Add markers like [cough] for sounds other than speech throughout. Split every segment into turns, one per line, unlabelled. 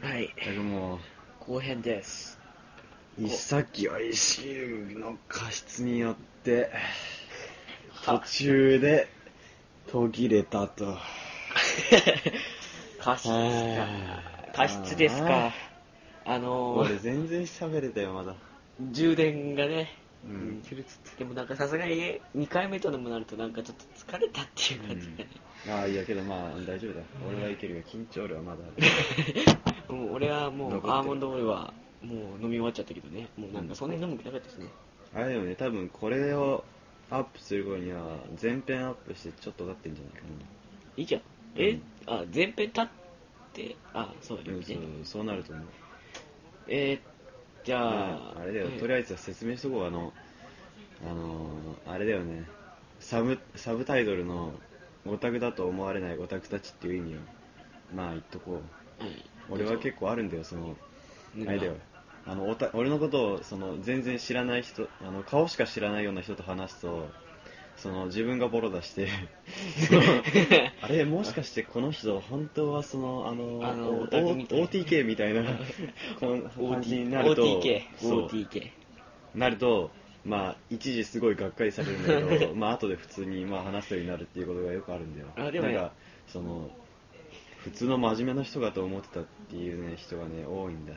はい。
だからも
後編
[laughs]
です。
う、一先は ECU の過失によって、途中で途切れたと。
過失ですか。過失ですか。あの
俺
ー、
全然喋れたよ、まだ。
充電がね、
う
うんん、。切れつつ、でもなんかさすがに2回目とでもなるとなんかちょっと疲れたっていう
う
感じがね。
ん、ああ、いやけどまあ大丈夫だ。俺はいけるよ。緊張俺はまだあ
[laughs]
る。 [laughs]
もう俺はもう
残ってる
アーモンドオイルはもう飲み終わっちゃったけどね。もうなんかそんなに飲む気なかったですね。
あれでもね、多分これをアップする頃には、前編アップしてちょっと経ってんじゃないか
いいじゃん。え、あ、前編立って、あ、そうだ
な。
よ
うん、
ね
そう。、そうなると思う。
えー、じゃあ、
ああれだよ、
え
とりあえず説明しとこう。あの、あのーあれだよね。サブ、サブタイトルの、オタクだと思われないオタクたちっていう意味を、まあ言っとこう。
はい
俺は結構あるんだよ、その、
何
あ
が
れだよ。あのおた俺のことをその全然知らない人あの顔しか知らないような人と話すとその自分がボロ出
[laughs]
してその [laughs] あれもしかしてこの人本当はそのあの
あの
お
オタクみたいな
OTK み
[laughs]
たいなこの感じになると
OTK
そう
OTK
なるとまあ一時すごいがっかりされるんだ
[laughs]
けどまあ後で普通にまあ話すようになるっていうことがよくあるんだよ
あでもね
なんかその普通の真面目な人かと思ってたっていうね人がね多いんだ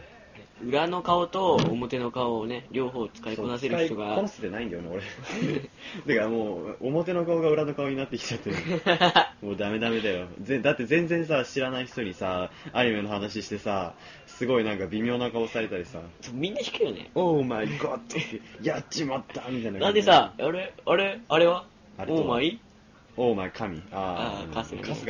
裏の顔と表の顔をね両方使いこなせる人
そう使いこな
が
せてないんだよね俺 [laughs] だからもう表の顔が裏の顔になってきち
[laughs]
ゃってるもうダメダメだよぜだって全然さ知らない人にさアニメの話してさすごいなんか微妙な顔された
[laughs]
りさ
そうみんな引くよね
「オーマイゴッド」って「 [laughs] やっちまった」みたいな
なんでさあれあれあれは
あれと
オーマイ
「オーマイ神」ああ
あー春日ね
春日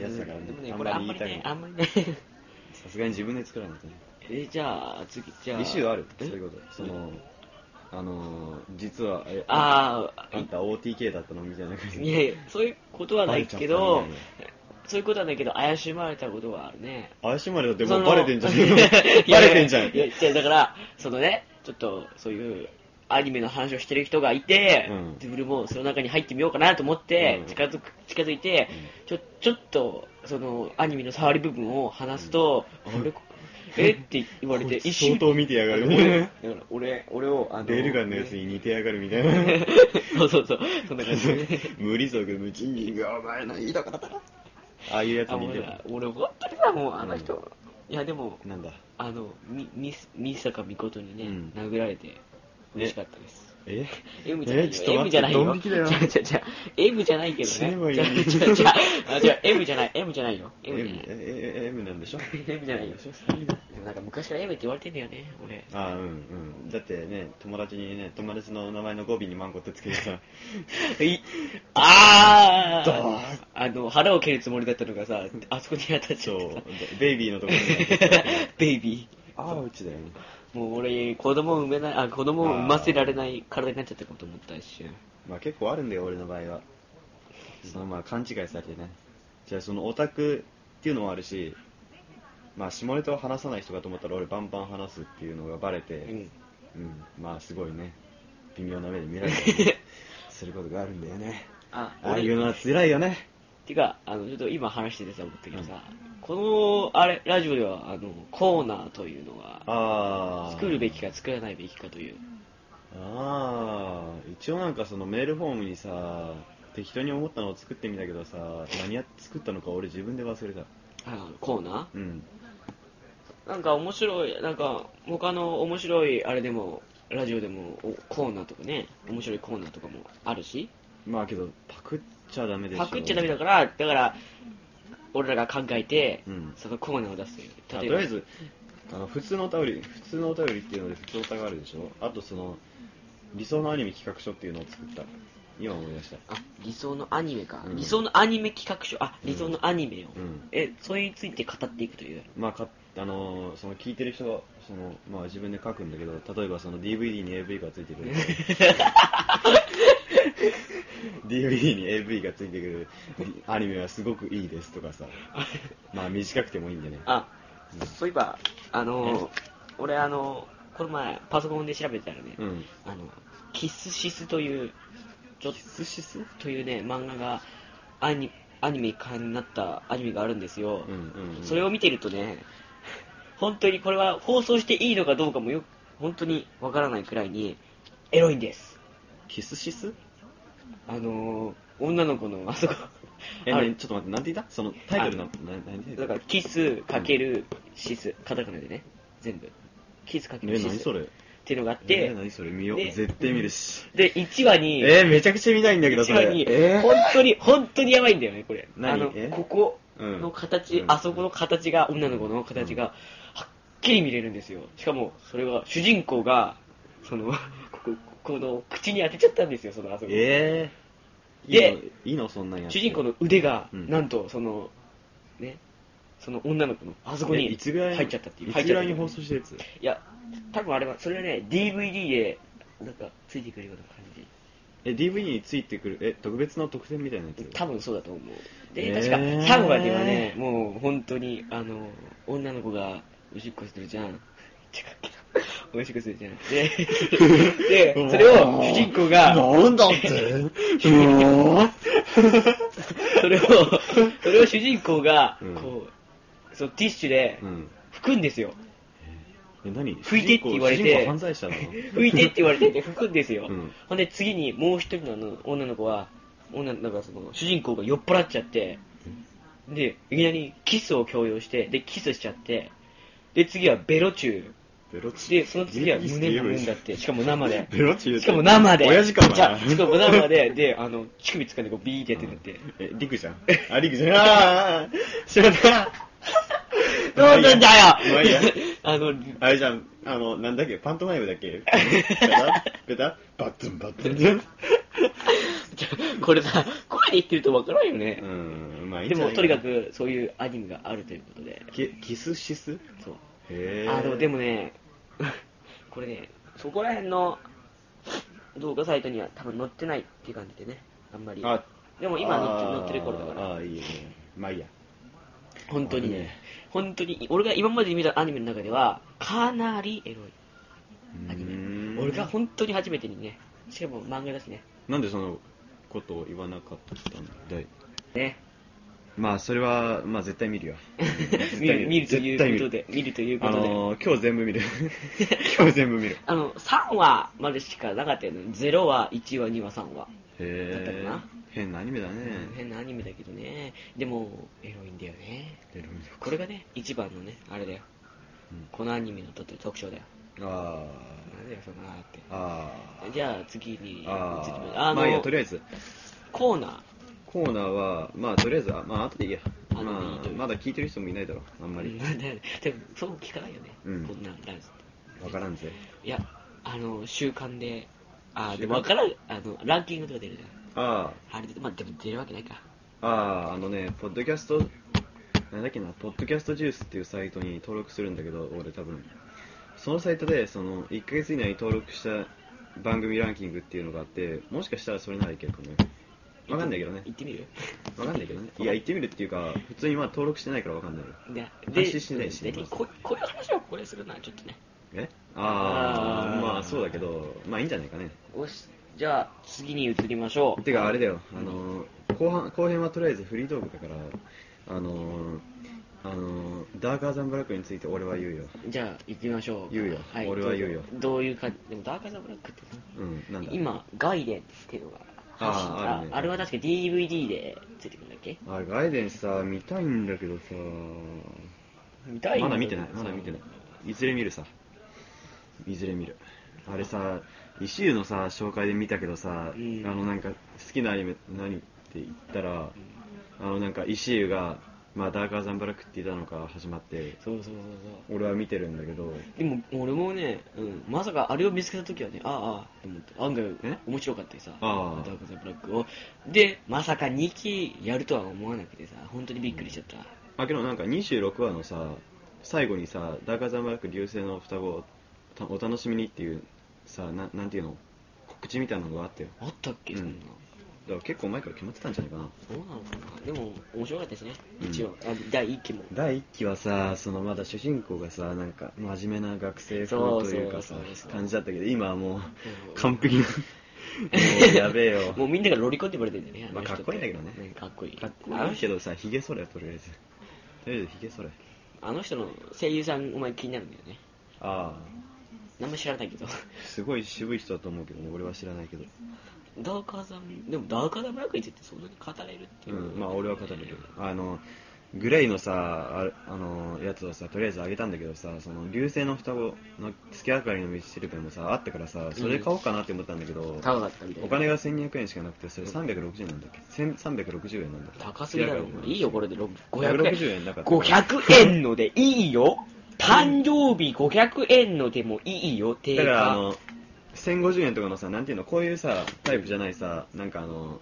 のやつだからね
でもね
あ
こ
んま
れあ
り
んま
言い
り
た
ね
い
あ
の
んまりね [laughs]
さすがに自分で作らないとね
えじゃあ次じゃあ
イシューある
え
そういうことそのあのー実はえ
あ
あんた OTK だったのみたいな感
あ
じ
いやいやそういうことはないけ
バレちゃっ
ど
たみたいな
そういうことはないけど怪しまれたことはあるね
怪しまれたっても
そうの
バレてんじゃ
[laughs]
ん
いやいやいや
バレてんじゃん
いやいやだから、そのね、ちょっとそういうアニメの話をしてる人がいて、
うん
自分もその中に入ってみようかなと思って、
うん
近づく近づいて、ちょちょっとそのアニメの触り部分を話すと、
うん
俺えって言われて、
こい
一
つ
瞬
相、当見てやがる
俺
ね
だから俺俺を、あの
レールガンのやつに似てやがるみたいな
[laughs] そうそうそう、そんな感じ
[laughs]
で。
無理族無賃金がお前のいいとこだったなああいうやつ
あも
に
う
似て
ね
る
俺、本当にさ、もうあの人、いや、でも、
なんだ
あの、み、み、みさかみことにね、
うん
殴られて、嬉しかったです。
え
M じゃないよ。
ちょっと
M
待
じ
っ
ゃ
て
ないよ。
ドン引きだよ
違う違う違う M じゃないけどね。
死ねばいい
違う違う違う。あ違う M じゃない。M じゃないよ。M じゃ
M
ない。
ええ M なん
[laughs]
でしょ
M じゃないよ。でもなんか昔から M って言われてんだよね、俺。
ああうんうんだってね友達にね友達の名前の語尾にマンコってつけて
[laughs]
さ
いあ
ドーン
ーあの、腹を蹴るつもりだったのがさ、あそこに当たっち
そ
ゃっ
う
てさ。
ベイビーのところに
[laughs] ベイビ
ああうちだよね
ー。もう俺、子供を産めない、あ、子供を産ませられない体になっちゃったかと思った一瞬。
まあ結構あるんだよ俺の場合はそのまあ勘違いされてねじゃあそのオタクっていうのもあるしまあ下ネタを話さない人かと思ったら俺バンバン話すっていうのがバレて、
うん。
うんまあすごいね微妙な目で見られた
[laughs]
りねすることがあるんだよね
[laughs] あ、
ああいうのは辛いよね
てか、あの、ちょっと今話しててさ、思ったけどさ、この、あれ、ラジオでは、あの、コーナーというのが、
ああ
作るべきか作らないべきかという。
ああ一応なんかそのメールフォームにさ適当に思ったのを作ってみたけどさ何や作ったのか俺自分で忘れた
あのコーナ
うん
ーなんか面白い、なんか、他の面白い、あれでも、ラジオでも、おコーナーとかね、面白いコーナーとかもあるし、
まあけどパクっちゃダメでしょ
パクっちゃダメだから、だから、俺らが考えて、
うん
そのコーナーを出すという。
あとりあえずあの普通のお便り普通のお便りっていうので普通お便りがあるでしょあとその理想のアニメ企画書っていうのを作った今思い出した
あ、理想のアニメか。
うん
理想のアニメ企画書、あ、理想のアニメを。
うん
え、それについて語っていくという。
まあかあのーその聞いてる人がその、まあ、自分で書くんだけど例えばその DVD に AV がついてく
[laughs]
る DVD に AV がついてくるアニメはすごくいいですとかさまあ短くてもいいんでね
あ、そういえば、あの、俺あの、この前、パソコンで調べてたらね、
うん
あの、キスシスという、ちょっ
スシス
というね、漫画が、アニアニメ化になったアニメがあるんですよ。
うんうんうん
それを見てるとね、 [laughs] 本当にこれは放送していいのかどうかもよく、本当にわからないくらいに、エロいんです。
キスシス
あのー、女の子の、あそこ。
え、
ある
何ちょっと待って、なんて言ったそのタイトルの、な何て言
だ
っ
か
た
ら、キスかけるシス、カタカナでね、全部。キスかけ
え、
るシ
何
ス
そ
っ
れ
ていうのがあっ
え
て、
何それ見よう。
で
絶対見るし。
で、1話に、
えー、めちゃくちゃ見ないんだけど、
一
そ
番
れ。
に、
え
本当に、本当にやばいんだよね、これ。
何
あの、
え
ここ
うん
の形、
うん
あそこの形が、女の子の形が、はっきり見れるんですよ。しかも、それが、主人公が、その、こ [laughs] こ、この、口に当てちゃったんですよ、その、あそこ。
えー、
で
いいのいいのそんなんやって
主人公の腕が、
うん
なんと、その、ね、その女の子の、あそこ
え
に、
いつぐらいに
入っちゃったっていう。
いつぐらいに
入
放
っちゃったって
送
いう
したやつ
いや、多分あれは、それはね、DVD で、なんか、ついてくるような感じ。
え、DV についてくる、え、特別な特典みたいなやつ
多分そうだと思う。で、
えー
確か3話ではね、もう本当に、あの、女の子がおしっこするじゃん。めっちゃかっけえな [laughs] おしっこするじゃん。で、で、それを主人公が、
なんだってうーん
[laughs] それを、それを主人公が
うん、
こう、そのティッシュで
うん。
拭くんですよ。
え、何
拭いてって言われて
主人公犯罪者なの
拭いてって言われてて拭くんですよ。
うん
ほんで次にもう一人のあの女の子は、女の子がその主人公が酔っ払っちゃって、で、いきなりキスを強要して、で、キスしちゃって、で、次はベロチュー。
ベロチ
で、その次は胸揉むんだって、しかも生で。
ベロチュー
しかも生で。
親父かお前
じゃあしかも生で、で、あの、乳首掴んでこうビーってやってるって。
え、リクじゃん。あ、リクじゃん。
[laughs]
あーあー、しまった。
どうすんだよ
まあいいや
[laughs] あの、
あれじゃん、あの、なんだっけ、パントマイムだっ
[laughs]
けペタペタバッツンバッツン。
じゃあ [laughs] これさ、声で言ってるとわからんよね
う。ん、まあいいん
で
じゃ
も、
ない
とにか。く、そういうアニメがあるということで。
キキスシス
そう。
へ
あの、でも
ね。
ね、 [laughs] これね、そこら辺の動画サイトには多分載ってないっていう感じでね、あんまり。
あ、
でも今載っ
あ
て
ー
載ってる頃だから。
あー、いいよね。まあいいや。
本当に
あの
ね
ね、
本当に、俺が今まで見たアニメの中では、かなりエロいアニ
うー
メ。
ん
俺が本当に初めてにね、しかも漫画だしね。
なんでそのことを言わなかったんだい
ね。
まあ、それは、まあ絶対見るよ。
見る、 [laughs] 見ると
絶対
いうこと
見る
で、見るというこ
あ
とで。
のー、今日全部
[laughs]
見る。今日全部見る。
あの、3話までしかなかったよね。0話、1話、2話、3話。だった
へ
かな
え。変なアニメだね。
変なアニメだけどね。でも、エロいんだよね。
エロいの
これがね、一番のね、あれだよ。
うん
このアニメのとって特徴だよ。
あ
なんだよ、そんなのって
ー。あ
じゃあ、次に移り
ー
ま
あ
す
ー
あ
まあいいや
の
と、りあえず
コーナー。
コーナーはまあとりあえずあまあ後でいいや
後でいい
ま
と
あ
いう
まだ聞いてる人もいないだろあんまり
なんで [laughs] でもそう聞かないよね、
うん
こんなんラジ
わからんぜ
オいやあの週刊であ
週刊
でも分からんあのランキングとか出るじ
あ
ゃんあれで,、まあ、でも出るわけないか
ああーあのねポッドキャストなんだっけなポッドキャストジュースっていうサイトに登録するんだけど俺多分そのサイトでその1ヶ月以内に登録した番組ランキングっていうのがあってもしかしたらそれならいけるかもよわかんないけどね
行ってみる
わかんないけ
[laughs]
どねいや行ってみるっていうか普通にまあ登録してないからわかんないよ
で
配信しないし
ででここういう話をこれするのはちょっとね
えあ
あー
あまあそうだけどまあいいんじゃないかね
よしじゃあ次に移りましょう
てかあれだよあのー後半後編はとりあえずフリートークだからあのーあのーダーカーザンブラックについて俺は言うよ
じゃあ行きましょう
言うよ俺は言うよ
どういう感じでもダークサブラックってさ
うんなんだ
今ガイデンっていうのが
あー
発信
あるね
あれは確か DVD でついてくるんだっけ
あガイデンさ見たいんだけどさ
見たいんだ
ま
けど
だ見てないまだ見てないいずれ見るさいずれ見るあれさ石湯のさ紹介で見たけどさ、
うん
あのなんか好きなアニメ何って言ったら、あのなんか石湯が、まあ、ダーカーザンブラックって言ったのから始まって
そうそうそうそう
俺は見てるんだけど
でも俺もね、うん、まさかあれを見つけた時はねああああと思って案外
え
面白かったりさ
ああ
ダークザブラックをでまさか2期やるとは思わなくてさ本当にびっくりしちゃった、
あけどなんか26話のさ最後にさ「ダーカーザンブラック流星の双子をたお楽しみに」っていうさななんていうの告知みたいなのがあったよ
あったっけそんな、
うんだから結構前から決まってたんじゃないかな
そうなのかなでも面白かったですね
うん
一応、あ第1期も
第1期はさそのまだ主人公がさなんか真面目な学生風というか
そ
さ
うそうそうそう
感じだったけど今はもう
うん
完 [laughs] 璧なもうやべえよ
もうみんながロリコンって呼ばれてるんだよね
まあ
の人
かっこいいんだけどね
かっこいい
かっこ
あ
い
の
いけ
人
どさひげ剃れとりあえずとりあえずひげ剃れ
あの人の声優さんお前気になるんだよね
あ
何も知らないけど [laughs]
あすごい渋い人だと思うけどね俺は知らないけど
ダーカーさんでもダーカーザブラックについてそんなに語れるって
う
いう、
んまあ俺は語れるあのグレイのさああのやつをさとりあえずあげたんだけどさその流星の双子の月明かりの道しるべもさあったからさそれ買おうかなって思ったんだけど、
高かったみたいな
お金が1200円しかなくてそれ360円なんだっけ千360円なんだっけ
高すぎだろ
月明かりの道
いいよこれでろ500
160
円
円なかった
500円のでいいよ誕生日500円のでもいいよ定価
だからあの1050円とかのさなんていうのこういうさタイプじゃないさなんかあの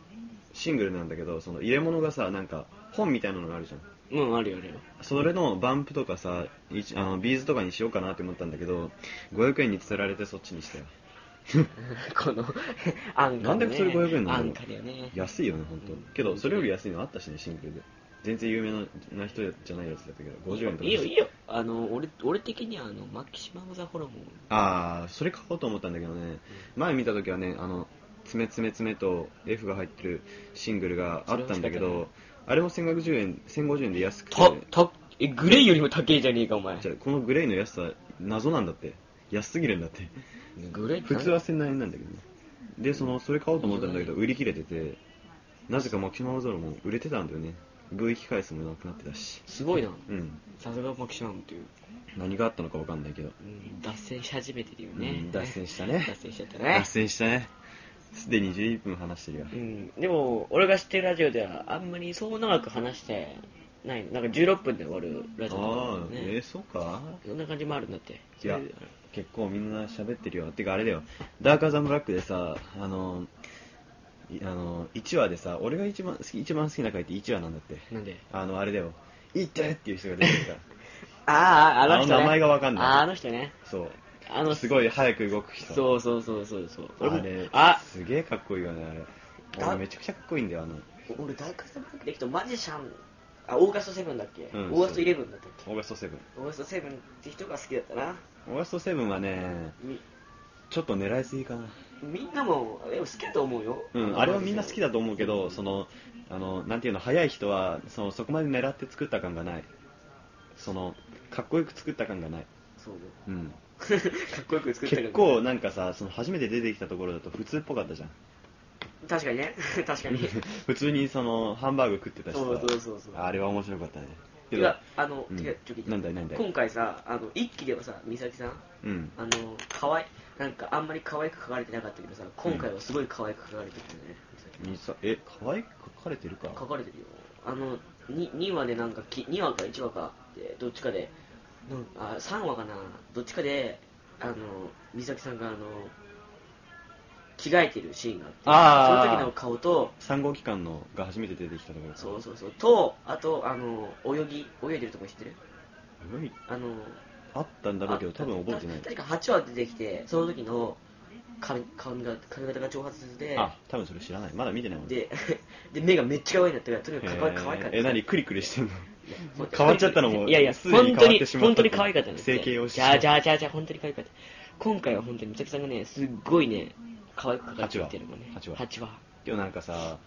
シングルなんだけどその入れ物がさなんか本みたいなのがあるじゃん
うんあるよあるよ
それのバンプとかさ一あのビーズとかにしようかなって思ったんだけど500円に釣られてそっちにしたよ [laughs]
この安価、ね、
なんでそれ500円なの
安価だよね
安いよね本
うん
当。けどそれより安いのあったしねシングルで全然有名な人じゃないやつだったけど50円とか
いいよいいよあの俺俺的にはあのマキシマムザホルモン
ああそれ買おうと思ったんだけどね前見た時はねあのつめつめつめと F が入ってるシングルがあったんだけ
それは
どあれも1050円1050円で安くて
たたえグレーよりも高えじゃねえかお前
じゃあこのグレイの安さ謎なんだって安すぎるんだって
グレーって
普
何
通は1000円なんだけどねでそのそれ買おうと思ったんだけど売り切れててなぜかマキシマムゾロも売れてたんだよね V 機回数もなくなってたし
すごいな
うん
さすがマキシマムっていう、
何があったのかわかんないけど、
うん、脱線し始めてるよ
う
ね
ん脱線したね
脱線しちゃったね
脱線したねすでに11分話してるよ
うん、でも俺が知ってるラジオではあんまりそう長く話してないなんか16分で終わるラジオとかあ
ああ
る、よ
え
ね
ーそうか
そんな感じもあるんだって
いや
それ
結構みんな喋ってるよてかあれだよダーカーザンブラックでさあのいあの1話でさ俺が一番好き一番好きな回って1話なんだって
なんで
あのあれだよ「いって!」っていう人が出てきた
あああの人、ね、
あの名前がわかんない
ああの人ね
そう
あの
すごい早く動く人
そうそうそうそうそう
あれ
あ
すげえかっこいいよねあれ
だ
俺めちゃくちゃかっこいいんだよあの
俺ダークサブラックできたマジシャンあオーガストセブンだっけ、
うん
オーガストイレブンだったっけ
オーガストセブン
オーガストセブンって人が好きだったな
オーガストセブンはね
み
ちょっと狙いすぎかな
みんなもでも好きだと思うよ
うん、あれはみんな好きだと思うけ
うん
ど、その、あの、なんていうの、早い人は、その、そこまで狙って作った感がない。その、かっこよく作った感がない。
そう [laughs] か
うん。
っこよく作ったけど
結構、なんかさ、その、初めて出てきたところだと普通っぽかったじゃん。
確かにね [laughs] 確かに
[laughs] 普通に、その、ハンバーグ食ってたしさ
そうそうそうそう
あれは面白かったね。
いやあの、
うん
てかちょっと聞いて
なんだいなんだい
今回さあの一期ではさ美咲さん
うん。
あの可愛いなんかあんまり可愛く描かれてなかったけどさ今回はすごい可愛く描かれてるよね、美
にさえ、可愛く描かれてるか
咲描かれてるよあの 2, 2話でなんかき2話か1話かでどっちかでなんあ3話かなどっちかであの美咲さんがあの着替えてるシーンがあって
あー
その時の顔と
3号機関のが初めて出てきたところ
そうそうそうとあとあの泳ぎ泳いでるとこ知ってる
うん
あの
あったんだろうけど、多分覚えてない
た。確か8話出てきてその時の髪髪が髪型が長髪で
あ、多分それ知らない。まだ見てないもん。
で [laughs] で目がめっちゃ可愛いなってからとにかく可愛い可愛かった
えー、何クリクリしてんの
本当に
変わっちゃったのも
いやいや
すでに
本
変
当
わっ
に
てしまった
本当に可愛かったんです
整形をして
じゃあじゃあじゃあじゃあ本当に可愛かった今回は本当に美咲さんがねすっごいね可愛く描かれてるのね
八話
八話
今日なんかさ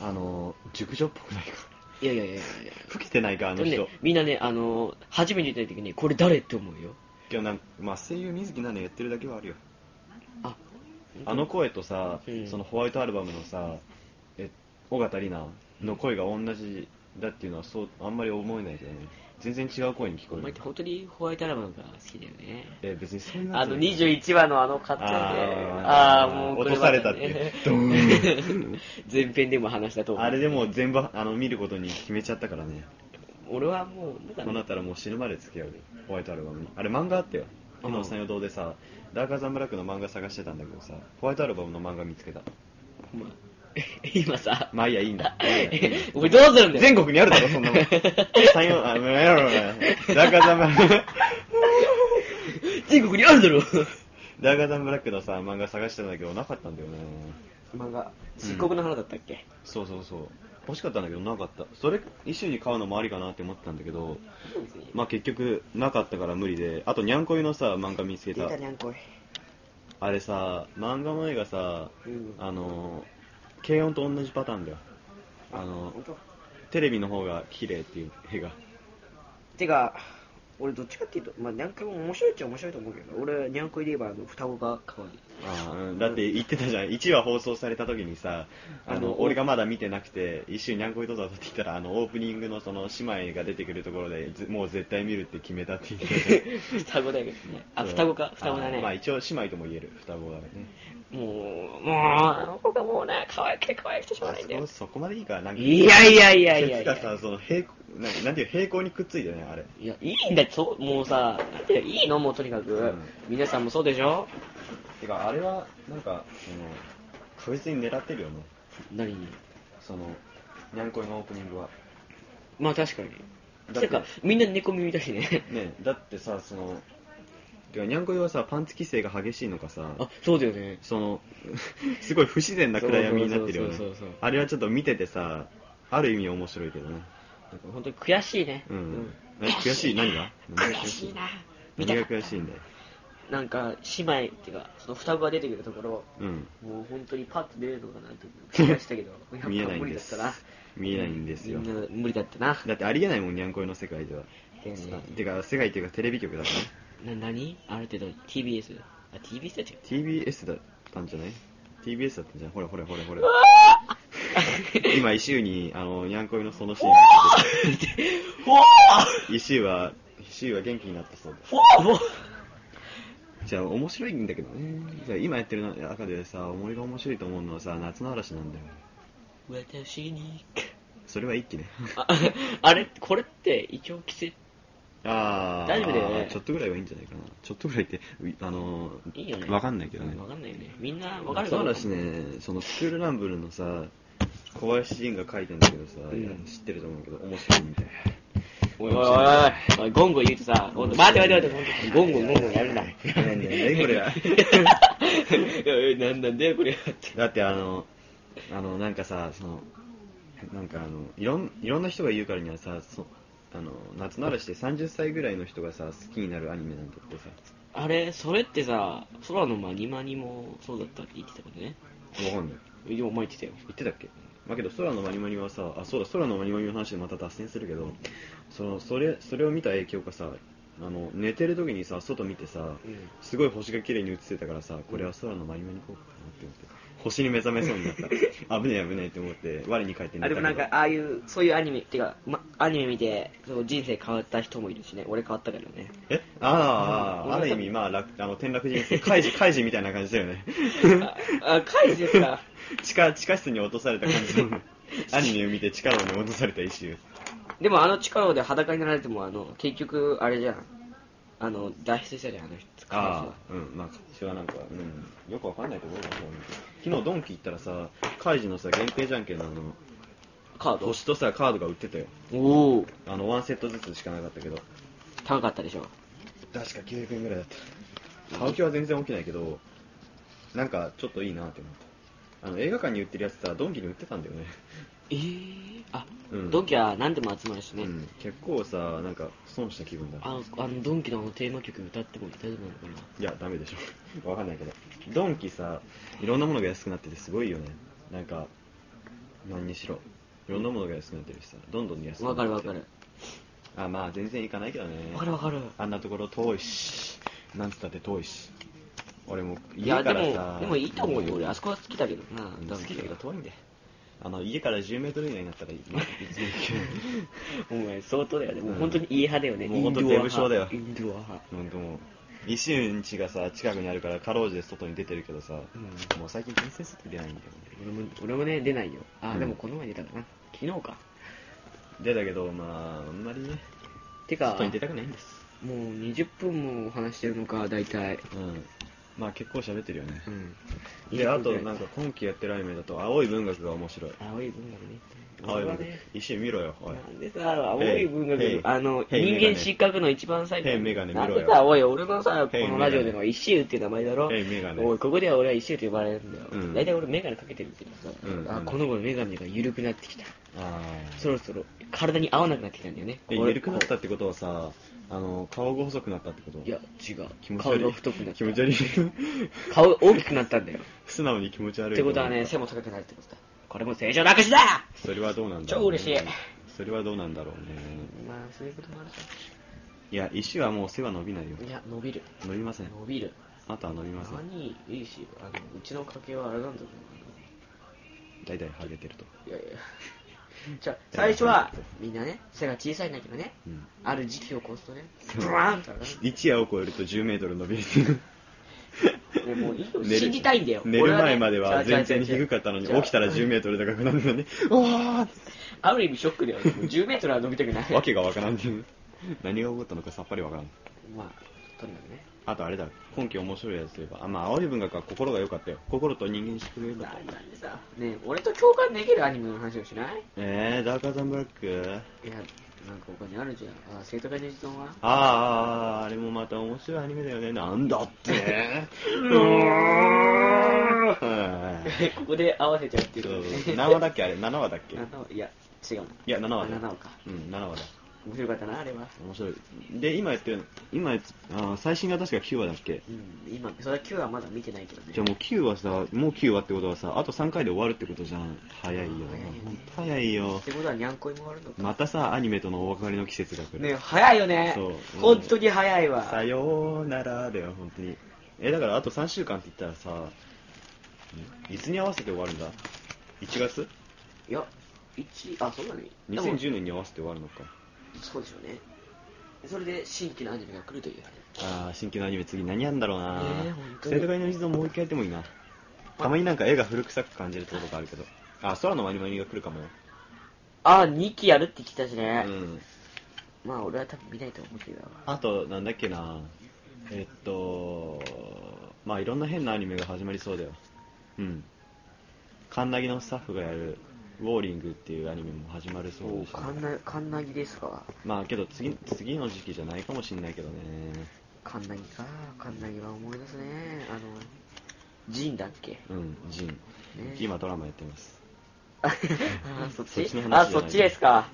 あの熟女っぽくないか
いやいやいやいやいや
吹けてないかあの
で
人、
もねみんなねあの初めて見た時にこれ誰って思うよ
今日なんか、まあ、声優水木奈々やってるだけはあるよ
あ
あの声とさ、
うん
そのホワイトアルバムのさえ尾形里奈の声が同じだっていうのはそうあんまり思えないけどね全然違う声に聞
お
こえ
前っ
る
て本当にホワイトアルバムが好きだよね
え別にそういう
あの
じゃない
21話のあのカッチャンで、あ
あ
あ
ー
ー、もうこ
落
れ
と
は
さ
ね
れ
[laughs]
たってドーン
前編でも話したと思う。
あれでもう全部あの見ることに決めちゃったからね
俺はもう、なん
こう
か
なっ
ね、
たらもう死ぬまで付き合うよホワイトアルバムにあれ漫画あったよ
うん
昨日さん堂でさダーカーザンブラックの漫画探してたんだけどさホワイトアルバムの漫画見つけた
まあ [laughs] 今さ、 [laughs]
まあいいやいいんだいいんだいいんだ
お前どうするんだよ。
全国にあるだろそんなもん山陽あやろダーカーザンブラック [laughs]
全国にあるだろ。
ダーカーザンブラックのさ漫画探してたんだけどなかったんだよね
[laughs] 漫画、漆黒の花だったっけ、
そうそうそう欲しかったんだけどなかったそれ一周に買うのもありかなって思ってたんだけどまあ結局なかったから無理であとにゃんこいのさ漫画見つけ
出
た
たにゃんこい。
あれさ漫画の絵がさ
うん
あのー軽音と同じパターンだよあの
本当
テレビの方が綺麗っていう絵が
てか、俺どっちかっていうと、まあ、ニャンコも面白いっちゃ面白いと思うけど俺ニャンコいればあの双子が可愛い
あーうんだって言ってたじゃん1話放送された時にさあ
あ
の
の
俺がまだ見てなくて一瞬にゃんこいとだって言ったらあのオープニングのその姉妹が出てくるところでずもう絶対見るって決めたって言ってたじゃん
双子だよね [laughs] あ
そう
双子か双子だ
あーまあ
ね
一応姉妹とも言える双子だね
もうもうあの子がもうね可愛くて可愛くてしょうがないんだ
あそこ
よ
そこまでいいからなんか
いやいやいやいやい
ケツ
や
がさその平行なんなんていう平行にくっついてねあれ
いやいいんだよそうもうさなんていうのいいのもうとにかく、
うん
皆さんもそうでしょ
てかあれはなんかその確実に狙ってるよね
何に
そのにゃんこいのオープニングは
まあ確かに
だって
てかみんな猫耳だしね
ねだってさそのてかにゃんこいはさパンツ規制が激しいのかさ
あそうだよね
そのすごい不自然な暗闇になってるよね
そうそうそうそう
あれはちょっと見ててさある意味面白いけどね
なんか本当に悔しいね、
うん、え悔しい何が
悔しいな見た
何
かっ
が
た
悔しいんだよ
なんか姉妹っていうかその双子が出てくるところ
うん
もう本当にパッと出るのかなと思いましたけど
見え
やっ
な
ぱ
いん
無理
で
だっ
す
たな
見えないんですよ
みんな無理だったな
だってありえないもんにゃんこいの世界では、
だよね
てか世界っていうかテレビ局だからね
な何ある程度 TBS あ TBS だっけ
TBS だったんじゃない ?TBS だったんじゃないほらほらほ
[laughs]
らほら。今、イシューに、あの、にゃんこいのそのシーンが出て
[laughs] おお
るイシューは、イシューは元気になったそうです。
おお
じゃあ、面白いんだけどね。じゃあ、今やってる中でさ、思いが面白いと思うのはさ、夏の嵐なんだよ。
私に
それは一
[laughs]
気ね。
ああれこれって一応着せ
あー、
大丈夫だよね
ちょっとぐらいはいいんじゃないかな。ちょっとぐらいって、ういあの、
いいよね
わかんないけどね。
わかんないよねみんなわかる
夏の嵐ね、そのスクールランブルのさ、小林仁が書いてんだけどさ、
ん
いや知ってると思うけど、面白いみたいな。
おいおいおいおいおいゴンゴン言うとさゴンゴン待て待て待てゴンゴンゴンゴンやるな
なんだよねこれは
[laughs] いやいやなんなんだよこれはって
だってあのあのなんかさそのなんかあのいろんいろんな人が言うからにはさそあの夏の嵐で30歳ぐらいの人がさ好きになるアニメなんだってさ
あれそれってさ空のマニマニもそうだったって言ってたことね
わかんない
でもお前言ってたよ
言ってたっけまあけど空のマニマニはさあそうだ空のマニマニの話でまた脱線するけどそのそれそれを見た影響かさあの寝てる時にさ外見てさ
うん
すごい星が綺麗に映ってたからさこれは空のマニマニ効果かなって思って星に目覚めそうになった
[laughs]
危ねえ危ねえって思って我に返って寝た
あ
け
で
ど
もなんかああいうそういうアニメっていうか、ま、アニメ見てそう人生変わった人もいるしね俺変わったから [laughs] ね
えああ、ある意味、まあ、楽あの転落人生、カ
[laughs]
イジ、カイジみたいな感じだよね。
ああカイジですか
地下、地下室に落とされた感じ
[laughs]
の、アニメを見て地下牢に落とされた一周。
でもあの力で裸になられてもあの結局あれじゃんあの脱出したじゃんあの人
ああ、うん、まあ、私はなんか、うん、よくわかんないところだな、昨日ドンキ行ったらさ、カイジのさ、限定じゃんけんのあの、
カード
星とさ、カードが売ってたよ。
おお
あの、ワンセットずつしかなかったけど、
高かったでしょ
確か900円ぐらいだった。買う気は全然起きないけど、なんか、ちょっといいなって思った。あの、映画館に売ってるやつさ、ドンキに売ってたんだよね。
ええー、あ、
うん
ドンキは何でも集まるしね、
うん、結構さなんか損した気分だ
ああのドンキのあのテーマ曲歌っても大丈夫なのかない
やダメでしょ [laughs] わかんないけどドンキさいろんなものが安くなっててすごいよねなんか何にしろいろんなものが安くなってるしさどんどん安くな
わ
って
か
て
るわかる
あまあ全然行かないけどね
わかるわかる
あんなところ遠いしなんつったって遠いし俺も
い
家
や
か
で
らさ
もでもいいと思うよ俺あそ
こ
こは好きだけどな
好きだけど遠いんだよあの家から1 0メートル以内になったら
[laughs]
いい
お前相当だよね、もう
うん
本当に家派だよね
もう本当
インドア
デブ症だよ
派インドア派
なんかもう、石うんちがさ、近くにあるから、かろうじて外に出てるけどさ、
う
もう最近全然外出ないんだよね。
俺も俺もね出ないよあ、
うん
でもこの前出たかな昨日か
出たけど、まあ、あんまりね、
てか
外に出たくないんです。
もう20分もお話してるのか大体
うん。まあ結構喋ってるよね
う。ん
で、あと
20分ぐ
な
らい
んか今期やってるアニメだと、青い文学が面白い。
青い文学ね
青
俺
い文
は
学
ね。
石見ろよ、おい
な。んでさ、青い文学、
へい
あの、
へい
人
メガネ
間失格の一番最後
へいメガネ見ろ
な
よ
んでさ、おい、俺のさ、こ
へいメガネ
のラジオでの一周っていう名前だろ。
へいメガネ
おい、ここでは俺は一周と呼ばれるんだよ。
うん
大体俺メガネかけてるけどさ、
うん
あ、この頃メガネが緩くなってきた。
あ
そろそろ体に合わなくなってきたんだよね。
え、
これ
緩くなったってことはさ、あの、顔が細くなったってこと
いや、、違う
気持。ち
顔
悪い。
が太くなっ
気
た
持。ち悪い。 [laughs]
顔が大きくなったんだよ。
素直に気持ち悪い。
ってことはね、背も高くなるってことだ。これも正常な証だ
それはどうなんだ
超嬉しい
それはどうなんだろうね。
まあ、そういうこともあるか。
いいや、石はもう背は伸びないよ。
いや伸びる
伸びません。
伸びる
あとは伸びません。
何いいしあのうちの家系はあれなんだろう
大体ハゲてると。
ないや
[laughs]
いやじゃあ最初はみんなね背が小さいんだけどね
うん。
ある時期を越すとねブワーンと上がる
一夜を超えると10メートル伸びる。
ねもういいよ
寝る
死にたいんだよ
寝る前まで
俺
は
ね違う違う違
全
う
然低かったのに、
違う
起きたら10メートル高くなるのに、うわ
ある意味ショックだよねもう10メートルは伸びたくない
ーわけがわからんけど何が起こったのかさっぱりわからん。
まあとにかくね
あとあれだ、今季面白いやつといえば、あ、まあ、青い文学は心が良かったよ。心と人間失礼だ
な
った。
なんでさね俺と共感できるアニメの話をしない
えー、ダークアザンブラック
いやなんか他にあるじゃんあ生徒会の時間は
あーあー、あれもまた面白いアニメだよね。なんだってうー
こ
ん
こで合わせちゃうってい
そうう
ね
何話だっけあれ、7話だっ
[laughs]
け
7話いや違うない
や、7話だ。
7話か
うん、7話だ。
面白かったなあれは
面白い。で、今やってる、今やつ、あー最新が確か9話だっけ
うん今それは9話まだ見てないけどね
じゃあもう9話さ、もう9話ってことはさ、あと3回で終わるってことじゃん。早いよ。
早いよね
ほんと早いよ
っ。てことはにゃんこいもあるのか
またさ、アニメとのお別れの季節が来る。
ね早いよね
そう
本当に早いわ
さようならだよ、本当に。え、だからあと3週間って言ったらさ、いつに合わせて終わるんだ ?1 月
いや一あそうなのにでも
?2010 年に合わせて終わるのか。
そうでしょうねそれで新規のアニメが来るという
あー、新規のアニメ次何やんだろう
ね
な
え本当に
生徒会の一存もう一回やってもいいな。たまになんか絵が古臭く感じるところがあるけど。あ、空の割り割りが来るかもよ。
あ2期やるって聞いたし
う
ね、
ん。
まあ俺は多分見ないと思うけど
あと、なんだっけなえっと、まあいろんな変なアニメが始まりそうだよ。うん。カンナギのスタッフがやる、ウォーリングっていうアニメも始まるそうだし
カンナカンナギですか
まあけど次、次の時期じゃないかもしんないけどね。
カンナギかカンナギは思い出すねあのジンだっ
[laughs]
け
うん、ジン。今ドラマやってます。
あそっ
そっ
ち
ちの話じゃない
あそっちですか、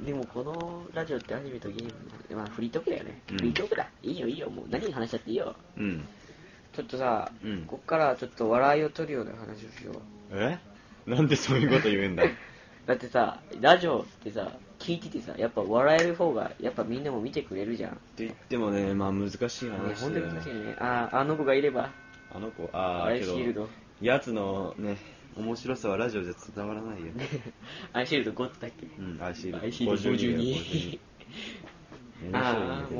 うん、でもこのラジオってアニメとゲームまあフリートークだよね、
うん
フリートークだいいよいいよもう何話しちゃっていいよ
うん。
ちょっとさ、
うん
こっからちょっと笑いを取るような話をしよう
えなんでそういうこと言うんだ
だってさラジオってさ聞いててさやっぱ笑える方がやっぱみんなも見てくれるじゃん
って言ってもね、まあ難し
ね
い話
ほん
だ
と
よ
難しいねあああの子がいれば [laughs]
あの子、あ
ア
あ、
イ
け
シ
ど
ールド、
やつのね、面白さはラジオじゃ伝わらないよ。
アイシールド5つだっけ
うん、アイシールド
アイシールド
52
52ああ
面白いんだけど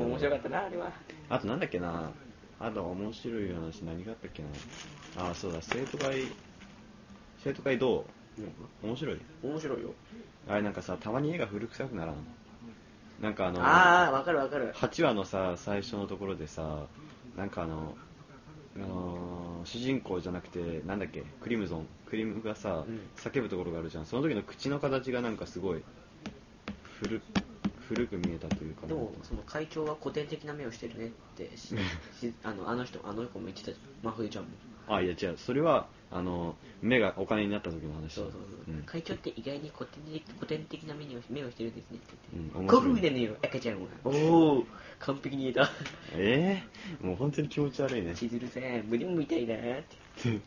もう面白かったなあれは
あとなんだっけなあと面白い話何があったっけなあそうだ生徒会生徒会どう面白い
面白いよ
あれなんかさたまに絵が古臭くならんなんかあの
ああわかるわかる
8話のさ最初のところでさなんかあのあのー主人公じゃなくてなんだっけクリムゾンクリムがさ、
うん
叫ぶところがあるじゃんその時の口の形がなんかすごい古古く見えたというか
で
なん
も
か
その会長は古典的な目をしてるねって
[laughs]
ししあのあの人あの子も言ってたじゃん真冬ちゃんも
あいや違うそれはあの目がお金になった時の話
そ
だ
うそうそう、
うん
会長って意外に古典的古典的な目にを目をしてるんですねって言って
うん面
古
白い
風なのよ赤ちゃんはおお完璧に言えた
ええもう本当に気持ち悪いね
千鶴さん胸も痛いなーって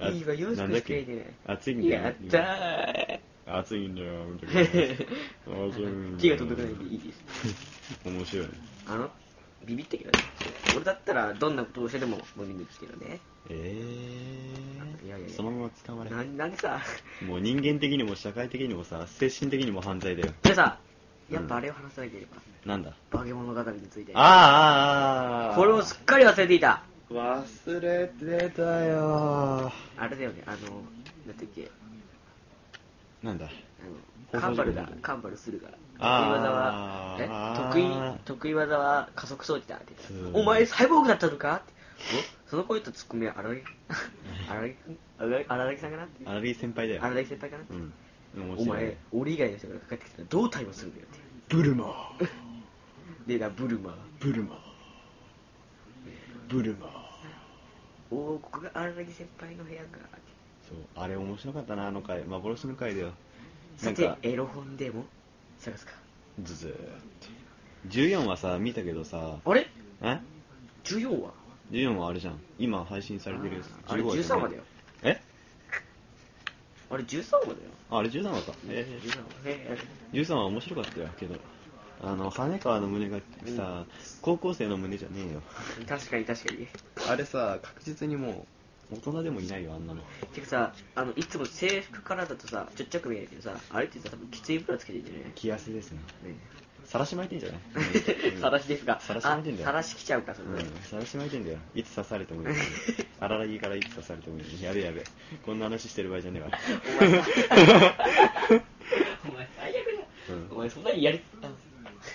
あ
[laughs] いいわよろし
なん
く
だ
し
ってけ
ね
暑いんだよ
やったー
暑いんだよみたいな暑いんだ
[laughs]
よ
気が届かないんでいいです
面白い
あのビビったけどね俺だったらどんなことをしてでも無理に来てるね
ええ
いやいやいや
そのまま捕まれ
ななんでさ [laughs]
もう人間的にも社会的にもさ精神的にも犯罪だよ
でさやっぱあれを話さなければ、
なんだ
化け物語について
あーあーあー
これをすっかり忘れていた
忘れてたよ
あれだよねあのなんていうっけ
なんだ
あのカンバルだ
放送事故
カンバルするから
あ
得
ー
意技は
あ
え
ー
得意得意技は加速装置だって言って
そう
たお前サイボーグだったのかっておその声とツッコミは荒
[laughs]
木荒木君荒木さんかなって
荒木先輩だよ
荒木先輩かなって
うん面
お
白い
前俺以外の人がかかってきたらどう対応するんだよって
ブルマー
[laughs] でなブルマ
ブルマーブルマー
王国が荒木先輩の部屋が
そうあれ面白かったなあの回幻の回だよな
さ
ん
て
か
エロ本でも探すか
ずずーっと14はさ見たけどさ
あれ
え
14話
14はあれじゃん今配信されてるやつ
あれ
15は
13
じゃない
話だよ
え
あれ13話だよ
ああれ13話かえ
13話へえ
13話面白かったよけどあの羽川の胸がさ、高校生の胸じゃねえよ
確かに確かに
あれさ確実にもう大人でもいないよあんなの
てかさあのいつも制服からだとさちょっちゃく見えるけどさあれってさ多分きついブラつけてんじゃない
気痩せですねさらしまいてんじ [laughs] ゃない
さらしですが、
さらし巻いてんだよ
あさらし来ちゃうか、それ、
うんさらしまいてんだよいつ刺されてもいいのに荒木からいつ刺されてもいいのにやべやべこんな話してる場合じゃ [laughs] ねえわ
お前さ、お前最悪だ、
うん
お前そんなにやり、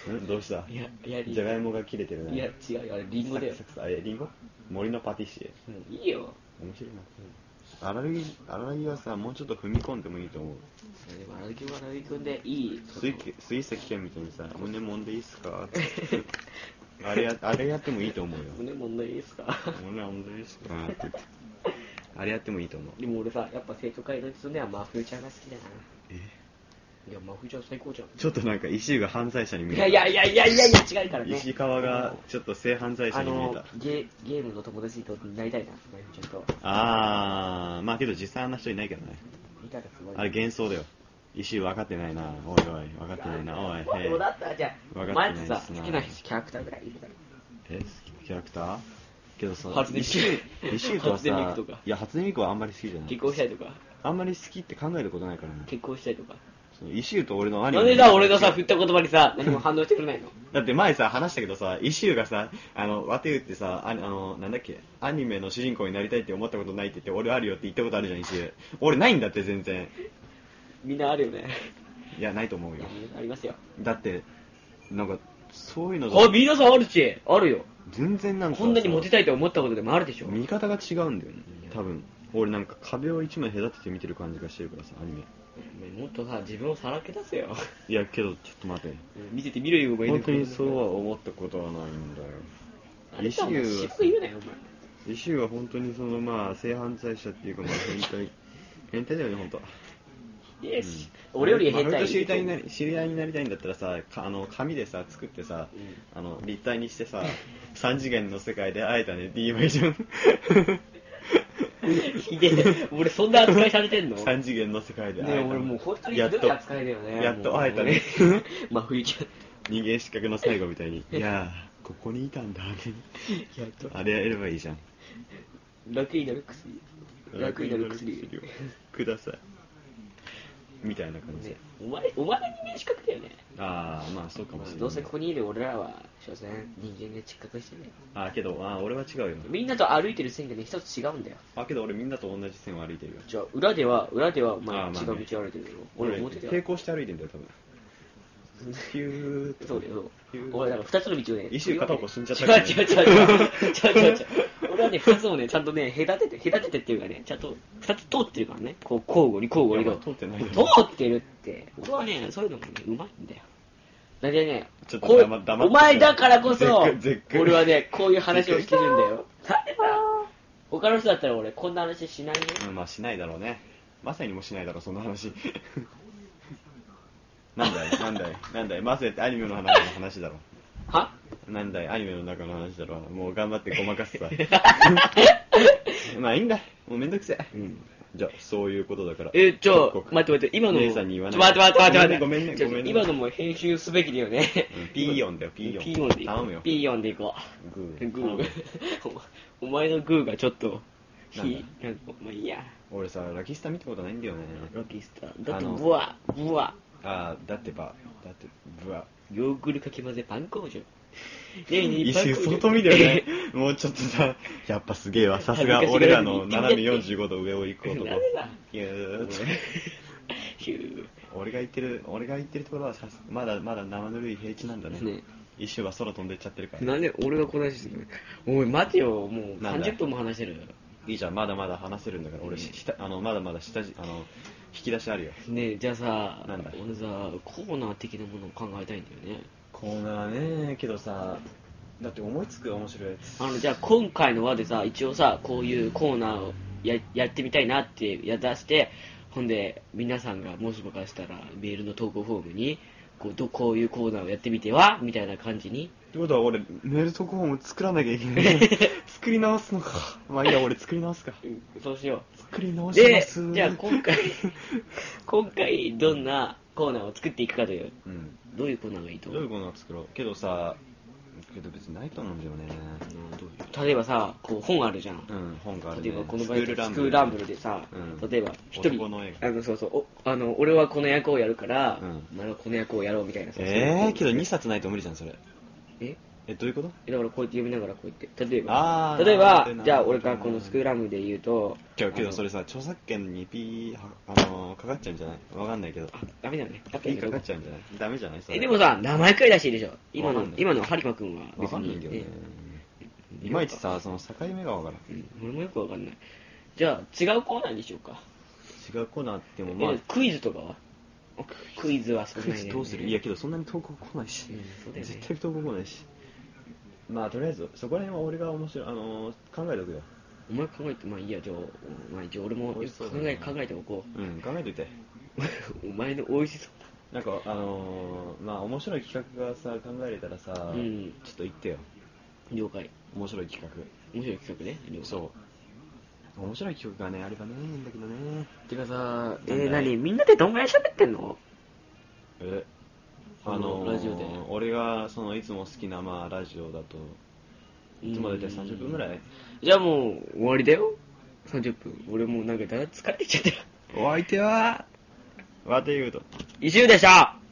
うんどうした
あいや、やり、
じゃがいもが切れてるない
や、違うよ、あれ、リンゴだよ
サ、クサクあえリンゴ森のパティシエ
うん、いいよ、
面白いな荒木荒木はさもうちょっと踏み込んでもいいと思う
でも、荒木も荒木君でいい、
水水石剣みたいにさ胸もんでいいっすかあれやあれやってもいいと思うよ
胸もんないですか、
胸もんでいいっすかって言ってあれやってもいいと思う
でも俺さ、やっぱ生徒会の人には真冬ちゃんが好きだな、
え
いや、真冬ちゃん最高じゃん。
ちょっとなんか石井が犯罪者に見え
い
た
やいやいやいやいやいや違うからね
石川がちょっと性犯罪者
あ
に見え
の
た
ゲゲームの友達にとなりたいな真冬ちゃんと
あーまあけど実際あんな人いないけどね
見たらすごい
あれ幻想だよ石井分かってないなおいおい分かってないなおいへい
そうだったじゃあ
わかってな
前
いっ
と
すな
さ好きなキャラクターぐらいいるだろ
え好きキャラクターけどその
初音ミク
石井石井とは
初音ミク
さ
とか
いや初音ミクはあんまり好きじゃない
結婚したいとか
あんまり好きって考えることないからね
結婚したいとか
その石湯と俺の兄
なんでだ俺のさ振った言葉にさ何も反応してくれないの
だって前さ話したけどさ石湯がさあのワテウってさああのなんだっけアニメの主人公になりたいって思ったことないって言って俺あるよって言ったことあるじゃん石湯俺ないんだって全然
みんなあるよね
いやないと思う
い
よ
やみんなありますよ
だってなんかそういうの
あみんなさあるしあるよ
全然なんかさ
こんなにモテたいと思ったことでもあるでしょ
見方が違うんだよね多分俺なんか壁を一枚隔てて見てる感じがしてるからさアニメ
もっとさ自分をさらけ出せよ
いやけどちょっと待て
見せてみろよお前
本当にそうは思ったことはないんだよ
あれさお前
石
渋
湯は
く言うなよお前
石井は本当にそのまあ性犯罪者っていうかまあ変態 [laughs] 変態だよね本当
よし、 [laughs] 俺より変
まあ
態
本当知りたいになり知り合いになりたいんだったらさかあの紙でさ作ってさ、
う
あの立体にし
[laughs]
てさ3次元の世界で会えたねって言えばいいじゃん
[laughs] ひでえ俺そんな扱いされてんの
3次元の世界で会
ね
えた
え
の
俺もう本当に
や
ひ
っ
ど
と
い扱いだよね
やっと
もう
会えたね
[laughs] もうねまあ冬ち
人間失格の最後みた
[laughs]
いにいやーここにいたんだって
ゃんやっと
あれやればいいじゃん
楽になる薬楽になる薬
楽になるくださいみたいな感じ、
ねお前お前が人間失格だよね
ああまあそうかもしれない、
どうせここにいる俺らは所詮人間が失格してね
あけどあー俺は違うよ
みんなと歩いてる線がね一つ違うんだよ
あけど俺みんなと同じ線を歩いてるよ
じゃあ裏では裏ではお前
あ
違
ー
う道
まあ
を歩
ね
いてるよ俺表で
抵
は
抗して歩いてんだよ多分ピューって
そうだよ
ピュー
俺だから二つの道をね
一周片方死んじゃった
違う違う違う違う違う違う
[laughs]
違う俺はね二つをねちゃんとね隔てて隔ててっていうかねちゃんと二つ通ってるからねこう交互に交互に
いやまあ通ってないよ
通ってるって俺はねそういうのがねうまいんだよだけどね
ちょっと
こう
黙黙っ
お
て
前だからこそ
絶句絶句
俺はねこういう話をしてるんだよなんでだ [laughs] 他の人だったら俺こんな話しないよ
うんまあしないだろうねマサイにもしないだろうそんな話 [laughs] なんだいなんだいなんだいマサイってアニメの中の話だろ
は
なんだいアニメの中の話だろもう頑張ってごまか
[laughs]
すさまあいいんだもうめんどくせえ、じゃあそういうことだから
え、ちょ
結構、
待って待って、今のも、
姉さんに言わな
ちょ
い
待って待って待って待って。
ごめんね
ちょ
ごめんね
今のも編集すべきだよね。
うんピーヨンだよピーヨン
ピーヨンでいこ
頼む
う
よ。
ピーヨンでいこ
グ
う。
ー
グー。 [laughs] おお前のグーがちょっと、
なんだ
ひ、なんか、まあいいや。
俺さラキスタ見たことないんだよね
ロキスター。だっ
あ
て、
の
ブワ、ブワ。
あーだってばだってぶわ
ヨーグルかき混ぜパン
[laughs]
工場。ねえねえ
一
パン工
瞬
場
外見だよね [laughs] もうちょっとさやっぱすげえわさすが俺らの斜め45度上を行く [laughs] 男
なんでだ
いやー
[laughs] ヒュ
俺が言ってる俺が言ってるところはさすまだまだ生ぬるい平地なんだね
ね
一瞬は空飛んでっちゃってるか
ー。
ら
なんで俺がこの話するのおい、待てよ。もう
なんだ
30分も話してる。
いいじゃんまだまだ話せるんだから俺下あのまだまだ下地あの引き出しあるよ
ねえ、じゃあさ、
なんだ
俺さ、コーナー的なものを考えたいんだよね。
コーナーねけどさだって思いつく面白いやつ
あのじゃあ今回の輪でさ一応さこういうコーナーをややってみたいなってや出してほんで皆さんがもしもかしたらメールの投稿フォームにこうどこういうコーナーをやってみてはみたいな感じに
ってことは俺メール特報も作らなきゃいけない
[laughs]
作り直すのかまあいいや俺作り直すか
そうしよ
作り
う
直しま
です [laughs] じゃあ今回今回どんなコーナーを作っていくかという
うん
どういうコーナーがいいと思
どういううコーナー作ろうけどさけど別にないと思うんだよね
例えばさこう本あるじゃん
うん本がある、ね、
例えばこの場合スクールランブルでさ、
うん
例えば一人
男の映画
あのそうそうおあの俺はこの役をやるから、
うん
お前はこの役をやろうみたいなさ
ええー、け
ど
ど2冊ないと無理じゃんそれ
え
えどういうこと
えだからこうやって読みながらこうやって例えば
あー
例え
なる
ば
ほどな
じゃあ俺がこのスクールランブルで言うと
けどけ
あ
ど
の
それさ著作権にピーはあのーかかっちゃうんじゃないわかんないけど
あダメだね
ピーかかっち
ゃ
ゃうんじゃないダメじゃないそれ
えでもさ名前くらいらしいでしょ今
わ
の
かんない
今のはるか君は
わ
別
かんない
に
けどね
え
いまいちさその境目がわからん
うん俺もよくわかんないじゃあ違うコーナーにしようか
違うコーナーってもまあ
えクイズとかはクイズはそんな
クイ
に
ズ
ね
どうするいやけどそんなに投稿来ないし、
うんそうだよね
絶対投稿来ないしまあとりあえずそこら辺は俺が面白いあのー考えとくよ
お前考えてまあいいやじゃあ、お前じゃあ俺も考
美味しそうだね
え考えておこ
うん考えといて
うお前の美味しそ
なんかあのーまあ面白い企画がさ考えれたらさ、
うん
ちょっと言ってよ
う了解
面白い企画
面白い企画ね了解
そう面白い曲がねあればねいいんだけどね
てかさえー、
なんだい
何みんなでどんぐらい喋ってんの
え
あ
あ
の
の
ラジオで
俺がそのいつも好きな、まあ、ラジオだといつも大体30分ぐらい
じゃあもう終わりだよ30分俺もうなんかだいぶ疲れてきちゃった
お相手はワテユウト
一周でした